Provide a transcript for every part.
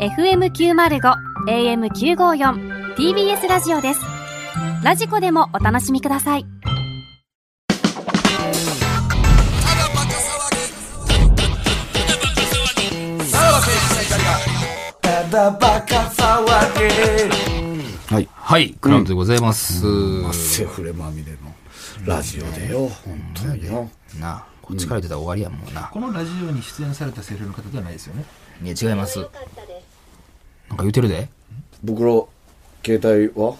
FM905 AM954 TBS ラジオですラジコでもお楽しみくださいはい。はい、クラブでございます。セフレまみれのラジオでよ。本当によ。なあ、こっちから出たら終わりやもんな。このラジオに出演されたセリフの方ではないですよね。いや、違います。なんか言うてるで。袋、携帯は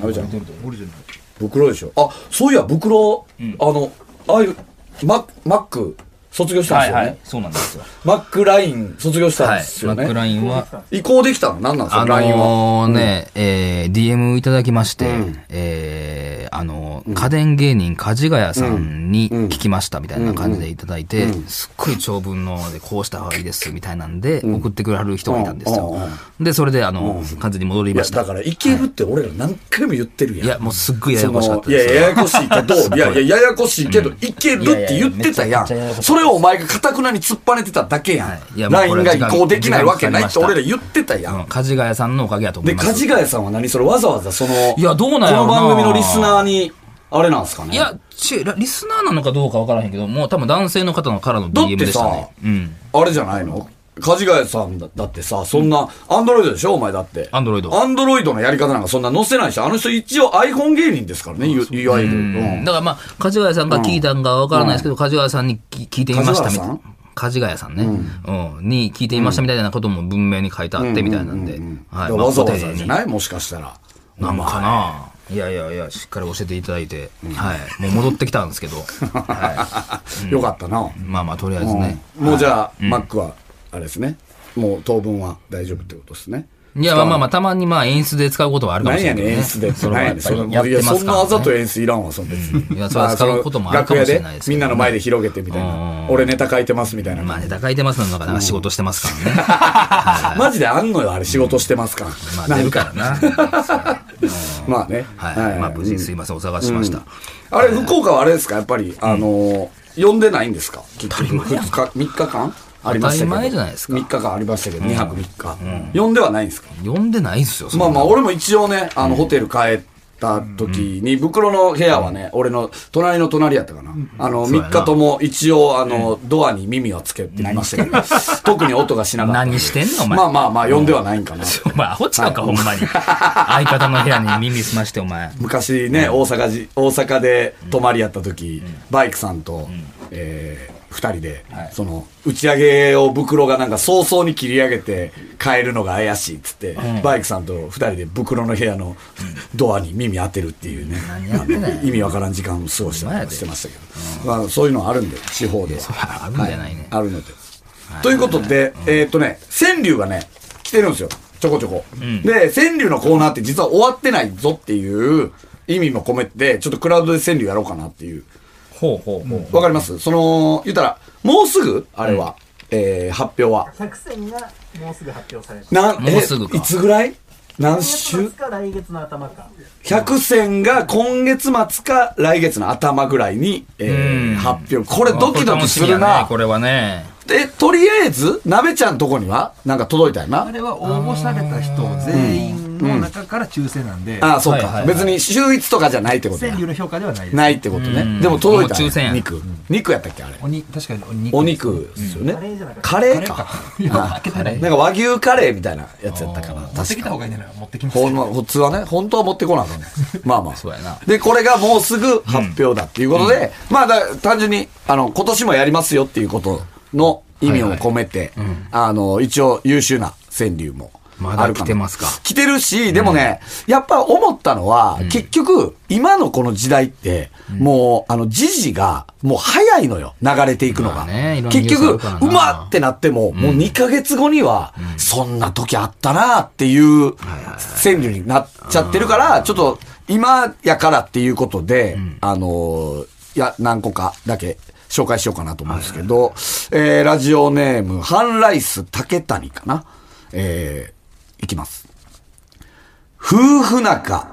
なべちゃん。俺じゃない。袋でしょ。あ、そういや、袋、あの、ああいう、ママック、卒業したんですよね。そうなんですよ。マックライン、卒業したんはいです。マよね。ックラインは、移行できたの何なんですあか、ラインは。のーね、えー、DM いただきまして、えー、あのー、家電芸人梶ヶ谷さんに聞きましたみたいな感じでいただいて、すっごい長文ので、こうした方がいいですみたいなんで、送ってくれはる人がいたんですようんうん。で、それで、あの、完全に戻りいや、ましだた。から、いけるって俺ら何回も言ってるやん。いや、もうすっごいややこしかったいやです。ややこしいけど、いやいや、ややこしいけど、いけるって言ってたやいやいやめちゃくちゃややこしん。いそれをお前がかたくなに突っぱねてただけやはいん。いやもうこ LINE れが移行できないわけないって時間俺ら言ってたやうんん。梶ヶ谷さんのおかげやと思で、います。梶ヶ谷さんは何それわざわざその、いやどうなんやろこのな番組のリスナーに、あれなんですかね。いや、ちゅ、リスナーなのかどうかわからへんけど、もう多分男性の方のからのだって DM でしたさ。ねうん。あれじゃないの梶ヶ谷さんだだってさ、そんな、アンドロイドでしょお前だって。 Android アンドロイドのやり方なんかそんな載せないし、あの人一応 iPhone 芸人ですからね、いいわゆる。うんだからまあ、梶ヶ谷さんが聞いたんかわからないですけど、梶ヶ谷さんに聞聞いてみましたみたいな梶。梶ヶ谷さんね、うん。に聞いてみましたみたいなことも文明に書いてあってみたいなんで。はだからい。まあわざわご丁寧ざにじゃないもしかしたら。なんかな。いやいやいや、しっかり教えていただいて、はい。もう戻ってきたんですけど。はよかったな。い。まあまあ、とりあえずね。もうじゃあ、マックは、あれですね。もう当分は大丈夫ってことですね。いや、まあまあまあ、たまにまあ演出で使うことはあるかも何しれやないねけどん、ね。演出でって。それは何ややっねん、ぱそりんなやっいやてまそすんかなあざらとね。演出いらんわ、そんな別に。いやそれは使うこともあるかもしれないですまあその楽屋でみけどねんなの前で広げてみたいな。俺ネタ書いてますみたいまあな。ネタ書いてますのなんか仕事してますからね。マジであんのよ、あれ仕事してますかまら。なあ出んるか。から な。まあね。はい。まあ無事にすいません、お探ししました。あれ、福岡はあれですかやっぱり、あのー、呼んでないんですか結局、2日、3日間ありましたけど。当たり前じゃないですか3日間ありましたけど、2泊3日。呼んではないんですか呼んでないっすよ、そんまなあまあ、俺も一応ね、あの、ホテル帰った時に、袋の部屋はね、俺の隣の隣やったかな。あの、そう3やな日とも一応、あの、ドアに耳をつけてみましたけど、特に音がしなかった。何してんのお前まあまあまあ、呼んではないん かな。お前、アホちゃうか、ほんまに。相方の部屋に耳すまして、お前。昔ね、大阪じ、大阪で泊まりやった時、バイクさんと、えー二人で、その、打ち上げを袋がなんか早々に切り上げて帰るのが怪しいっつって、バイクさんと二人で袋の部屋のドアに耳当てるっていうね、あ の意味わからん時間を過ごしたりとかしてましたけど、まあ、そういうのあるんで、地方では。あるんじゃないね。あるので。ということで、えーっとね、川柳がね、来てるんですよ。ちょこちょこ。で、川柳のコーナーって実は終わってないぞっていう意味も込めて、ちょっとクラウドで川柳やろうかなっていう。ほうほうほう。わかりますその、言ったら、もうすぐあれは、えー発表は。作戦がもうすぐ発表されます。なん、もうすぐえかいつぐらい何週週か来月の頭か。百選が今月末か来月の頭ぐらいに、えーうん発表。これドキドキするな。これはね。で、とりあえず、鍋ちゃんとこには、なんか届いたよなあ。れは応募された人全員の中から抽選なんで、ああ、そうはいはいか。はい別に秀逸とかじゃないってことや川柳の評価ではないです。。ないいってことうんね。でも届いたんもう抽選や肉。肉やったっけあれ。鬼、確かに鬼。お肉ですよね。カレーか。いや、負けたなんね。か和牛カレーみたいなやつやったかな。持って確きかた方がいいんじゃない持ってきまほすん。 ま、普通はね、本当は持ってこなあかん ね。まあまあ。そうやなで、これがもうすぐ発表だっていうことで、まあだ、単純に、あの、今年もやりますよっていうことの意味を込めて、あの、一応優秀な川柳も。まだあるかな来てますか来てるし、でもね、やっぱ思ったのは、結局、今のこの時代って、もう、あの、時事が、もう早いのよ、流れていくのまが。あねいろんな結ニュースあ局るから、なうまっってなっても、もう2ヶ月後には、そんな時あったなっていう川柳になっちゃってるから、ちょっと今やからっていうことで、あのー、いや、何個かだけ紹介しようかなと思うんですけど、えーラジオネーム、ハンライス竹谷かな。えーいきます。夫婦仲、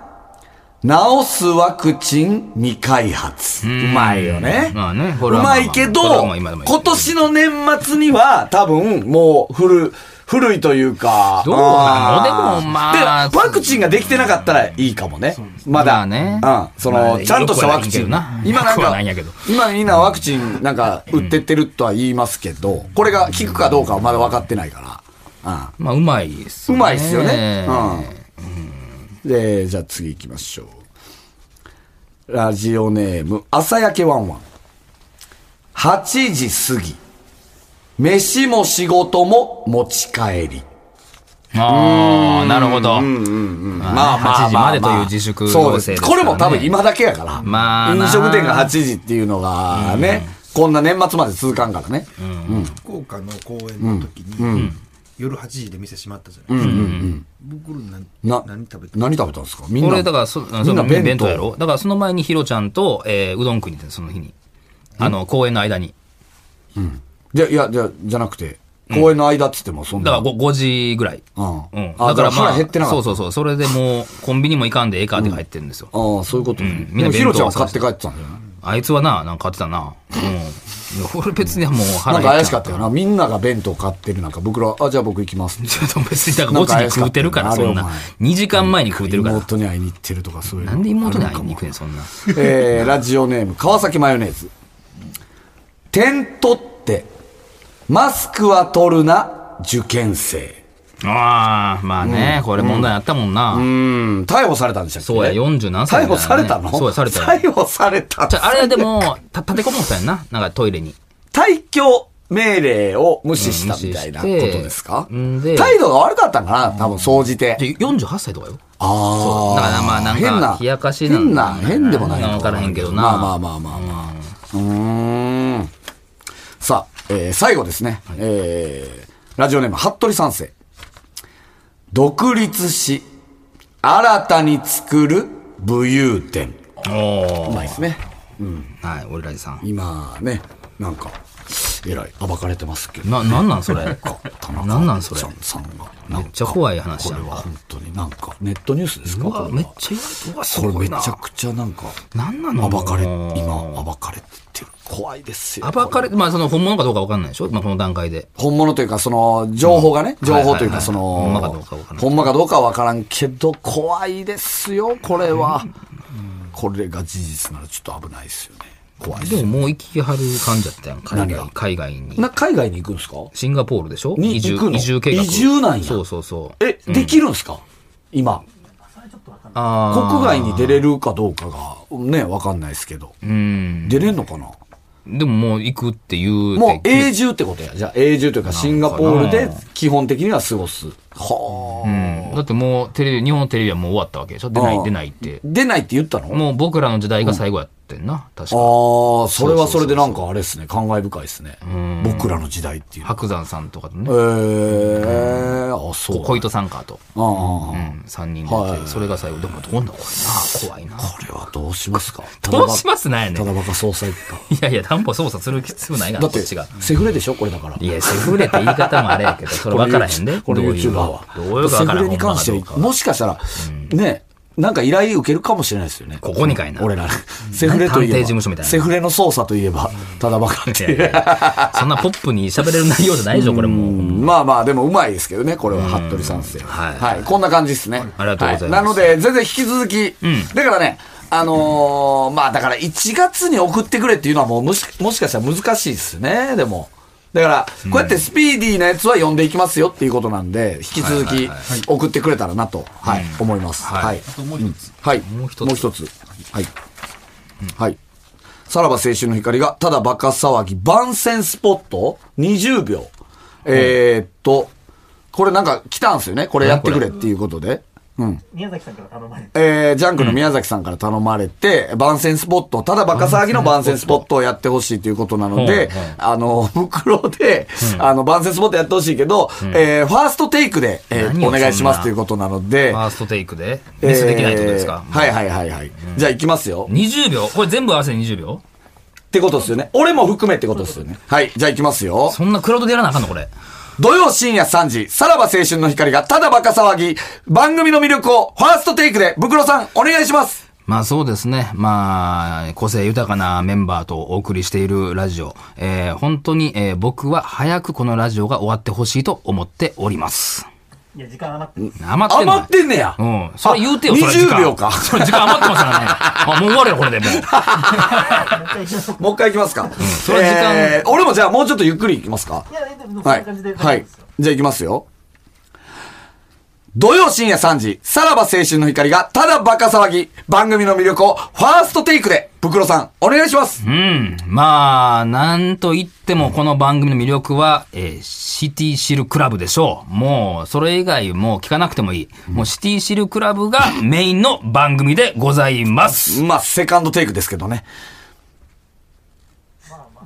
治すワクチン未開発。うまいよね。まあねこうれはまあままあいけこれど、はもう今でも言ってる今年の年末には多分もうフル、古いというか。どうなのあーでもまあでワクチンができてなかったらいいかもね。ままだ。あねうん。そまの、あちゃんとしたワクチン。よくはないけどな今なんよくはかないんやけど、今みんなワクチンなんか売ってってるとは言いますけど、これが効くかどうかはまだ分かってないから。うん。まあ、うまいですうまいっすよね。うん。で、じゃあ次行きましょう。ラジオネーム、朝焼けワンワン。8時過ぎ。飯も仕事も持ち帰り。ああ、なるほど。まあ、8時までという自粛そう要で請です。すからねこれも多分今だけやから。まあな飲食店が8時っていうのがね、こんな年末まで続かんからね。福岡の公演の時に、夜8時で店閉まったじゃないですか、僕なんな、何食べた何食べたんですかみんな。俺、だから、そ、そみんなの弁当弁当やろだから、その前にヒロちゃんと、えー、うどん食いに行ってその日に。あの、公演の間に。じゃ、いや、じゃ、じゃなくて、公演の間っつってもそんだな。からご、5時ぐらい。うんうん。あだだから、からま腹あ、減ってなかっそたうそうそう。それでもう、コンビニも行かんでええかって帰ってるんですよ。ああ、そういうことね。うでんみんもなヒロちゃんは弁当買はって帰ってたんだよね。あいつはな、なんか買ってたな。うん。いや俺別にはもうな腹ん減かた怪しかったよな。みんなが弁当買ってる中、僕ら、あ、じゃあ僕行きます。ちょっと別に、だから5時に食うてるから、なんかそ怪んしかったななあれお。 2時間前に食うてるから。妹に会いに行ってるとか、そういうのなんで妹に会いに行くねん、そんな。えー、ラジオネーム、川崎マヨネーズ。点取って、マスクは取るな、受験生。ああ、まあね、これ問題あったもんな。うん、逮捕されたんでしたっけそうや40何歳逮だよね捕されたのそうやされた逮よ捕された。じゃあ、あれでも、た、立てこもったんやな。なんかトイレに。退去命令を無視したみたいなことですか、うん無視してんで態度が悪かったんかな多分、総じて。で、48歳とかよ。ああ。だからまあなんか変な、冷やかしな変んな、だ変でもないのわからへんけどなまあまあまあまあまあ。うーん。さあ、えー最後ですね。えーラジオネーム、服部三世。独立し、新たに作る武勇伝。おうーまいですね。はい、俺らじさん。今ね、なんか、えらい暴かれてますけど。な、なんなんそれ。田中なんなんそれちゃんさんが。なめんっかちゃ怖い話こやれんはか。本当になんか、ネットニュースですかうこわ、れはめっちゃ言われて、うわ、すこれごめいな。ちゃくちゃなんか、なんなの暴かれ、もう今、暴かれてってる。怖いですよ。暴かれこて、まあその本物かどうかわかんないでしょまあこの段階で。本物というか、その、情報がね、情報というか、そはの、いはいはいほんまかどうかわからんけど、怖いですよ、これは。これが事実ならちょっと危ないですよね。怖いですでよ。ももう行きはる感じやったやん。海何が外、海外に。な、海外に行くんですかシンガポールでしょに移住行くの移住計画移住なんやそうそうそうえ、できるんですか今。あー国外に出れるかどうかが、ね、わかんないですけど。うん出れんのかなでももう行くっていうもうえ永住ってことや。じゃあ永住というかシンガポールで基本的には過ごす。はだってもうテレビ日本のテレビはもう終わったわけでしょ出なあーい出ないってあ。出ないって言ったのあもう僕らの時代が最後やってんな確あかー、それはそれでなんかあれですね、感慨深いですね。僕らの時代っていう。白山さんとかとえねー、あ、そう。小糸さんかとあああうあん3人はでいてそれが最後でもどんな怖いな怖いなこれはどうしますかどうしますすなんやねたんだバカ総裁か。いやいや担保操作する必要ないからだっこてっちが、セフレでしょこれだから。いやセフレって言い方もあれやけどそれ分からへんでこのどう YouTuber いうは。どういうか分セかフらへレんに関してほんまかどは、うかもしかしたら、ね、なんか依頼受けるかもしれないですよね。ここにかいな俺ら、セフレといえば。探偵事務所みたいなセフレの捜査といえば、ただばかっていやいいう。やそんなポップに喋れる内容じゃないでしょこれもうまあまあ、でもうまいですけどね、これは、服部三世。はいはい。こんな感じですね。ありがとうございますはなので、全然引き続き、だからね、あのーまあだから1月に送ってくれっていうのはもうもしもしかしたら難しいですね、でも。だから、こうやってスピーディーなやつは読んでいきますよっていうことなんで、引き続き送ってくれたらなと、はい、思います。はいはい。あともう一つ、はい。もう一つはい。はい。さらば青春の光が、ただバカ騒ぎ、番宣スポット ?20 秒。えーっと、これなんか来たんすよね。これやってくれっていうことで。うん。宮崎さんから頼まれて、えー、ジャンクの宮崎さんから頼まれて、番宣スポット、ただバカ騒ぎの番宣スポットをやってほしいということなのでほうほう、あの、 袋で、あの、番宣スポットやってほしいけど、えー、ファーストテイクで、えー何をお願いしまそすんなということなのでフ、ァーストテイクでミスできないってことですか、えーはいはいはいはい。じゃあ行きますよ。 20秒これ全部合わせて20秒ってことですよね。俺も含めってことですよね。はい。じゃあ行きますよ。そんなクラウドでやらなあかんのこれ土曜深夜3時、さらば青春の光がただバカ騒ぎ、番組の魅力をファーストテイクで、ブクロさん、お願いします。まあそうですね。まあ、個性豊かなメンバーとお送りしているラジオ。えー本当に、えー僕は早くこのラジオが終わってほしいと思っております。いや、時間余ってます。余ってんの余ってんねや。うん。それ言うてよ、あそれ時間。 20秒か それ時間余ってますか らね。あ、もう終わるよ、これでもう。もう一回いきますか。それ時間えー俺もじゃあもうちょっとゆっくりいきますか。いや、えでも、こんはない感じで。。はい。じゃあいきますよ。土曜深夜3時、さらば青春の光がただバカ騒ぎ、番組の魅力をファーストテイクで、ブクロさん、お願いします。うん。まあ、なんと言ってもこの番組の魅力は、えーシティシルクラブでしょう。もう、それ以外もう聞かなくてもいい。もうシティシルクラブがメインの番組でございます。まあ、セカンドテイクですけどね。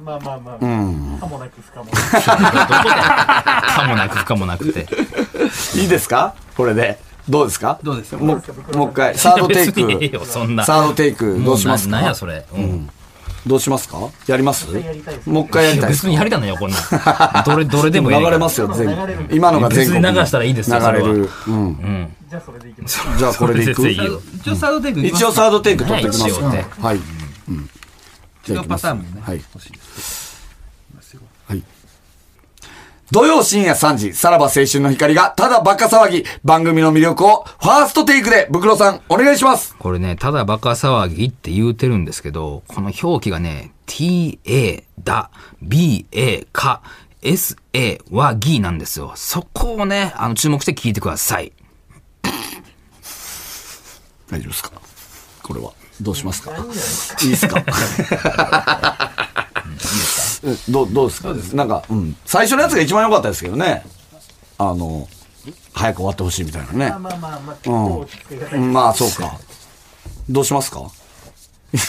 まあまあまあ、かもなく不可も なく。かもなく、かもなくて。いいですかこれで。どうですかどうですかもう、もう一回、サードテイ 別にいいよク。そんな。サードテイク、どうしますもななんかや、それ。うん。どうしますかやりますやりたいですもう一回やりいやたいです別。にやりたいのよ、こんなん。 どれ、どれでもいい。流れますよ、全流れる国。今のが全国に。別に流したらいいですよ流れる。うんじゃあ、それでいきます。じゃあこれでいく全然いいよ一応サードテイクいきます一応サードテイク取ってきますかはい一応ねはい。うんじ違ゃあいうきパますターンもね、はい。欲しいですはい。土曜深夜3時、さらば青春の光が、ただバカ騒ぎ、番組の魅力を、ファーストテイクで、ブクロさん、お願いします。これね、ただバカ騒ぎって言うてるんですけど、この表記がね、ta だ、ba か、sa はぎなんですよ。そこをね、あの、注目して聞いてください。大丈夫ですかこれは。どうしますかいいです かうんどう、どうですかなんか、うん。最初のやつが一番良かったですけどね。あの、早く終わってほしいみたいなね。まあまあまあまあ、結構落ち着けがたい。うんまあ、そうか。どうしますか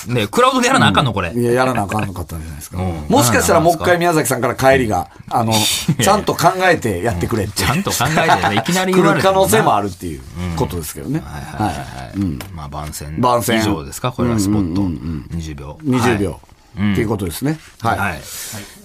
ね、クラウドでやらなあかんの、これ。いや、やらなあかんかったんじゃないですか。うんもしかしたらもう一回宮崎さんから帰りが、あの、ちゃんと考えてやってくれって。ちゃんと考えてね、いきなり来言わるれて可もな能性もあるっていうことですけどね。はいははいいはいはい。まあ、番宣。番宣以上ですかこれはスポット。20秒。 20秒は。っていうことですね。い。ははいい。。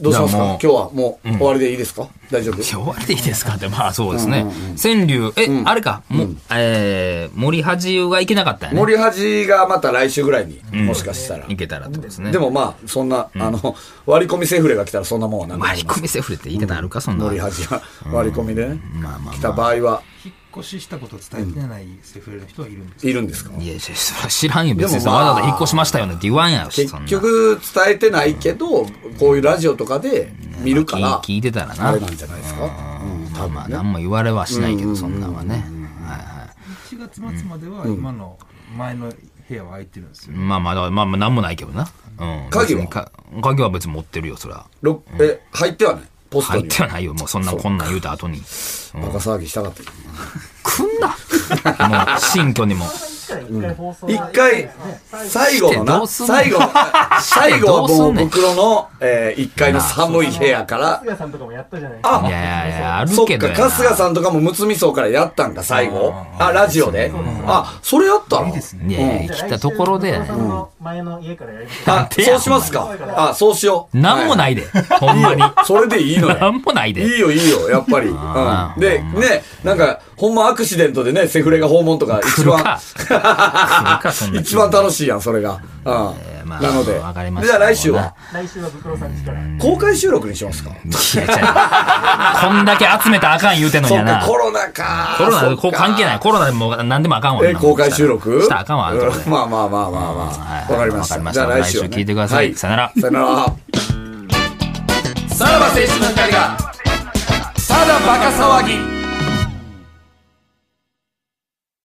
どうしますじかゃあ今もう日はもう終わりでいいですか大丈夫終わりでいいですかって、まあそうですね。川柳、え、あれか、も、えー、森恥がいけなかったよね。森恥がまた来週ぐらいに、もしかしたらい。けたらってことですね。でもまあ、そんな、あの、 割り込みセフレが来たらそんなもんは何でもあ割りりま込せんみセフレって言い方あるか、そんな。森恥は割り込みでねまあまあまあ来た場合は、引っ越ししたことを伝えてないセフレの人はいるんですいるんですかいや、そら知らんよ。別にでもまあわざわざ引っ越しましたよねって言わんやろ、そん結な局伝えてないけど、こういうラジオとかで見るから、聞い聞いてたらな。あれなんじゃないですか、うん、ま多あまあ、分ね、何も言われはしないけど、そんなんはね。はいは1月末までは今の前の部屋は空いてるんですよい。まあまあ、だからまあまあ、なんもないけどな。うん。鍵は別にか鍵は別に持ってるよ、そら。ろえ入ってはねポスト入っにてはないよ、もうそんなこんなん言うた後に。バカ騒ぎしたかったけどなくんなもう、新居に も。一回一回放送は一回最後のしてどなうすんの最後の最後はもうどうすんねん袋の、えー、1階の寒い部屋から春日さんとかもやったじゃないですあか。いやいやいや、あるそっけどかやな。春日さんとかもむつみそうからやったんか最後あラジオであそれやったのいやいや、来たところでじゃあ来、週の前の家からやりましょう。あてやそうしますかあそうしようなんもい、ないで。ほんまに。それでいいのよなんもないで。いいよいいよ、やっぱり。あうーん、で、ね、なんか、ほんまアクシデントでね、セフレが訪問とか、一来る番か、。来るか、そんな。 一番楽しいやん、それが。うん。ーまあなのでわかりま、しじゃたあ来週は、来週はブクロさんちから。公開収録にしますかいや、違うこんだけ集めたらあかん言うてんのそにやっかな、。コロナか。コロナそっかこう関係ない。。コロナでもう何でもあかんわ。え、公開収録したらあかんわ。う後でんまあまあまあまあまはいはあ。いわかりましわかりた。ましじたゃあ来週はね。来週聞いてくださいさよならさよなら。さらば青春の光が、ただバカ騒ぎ。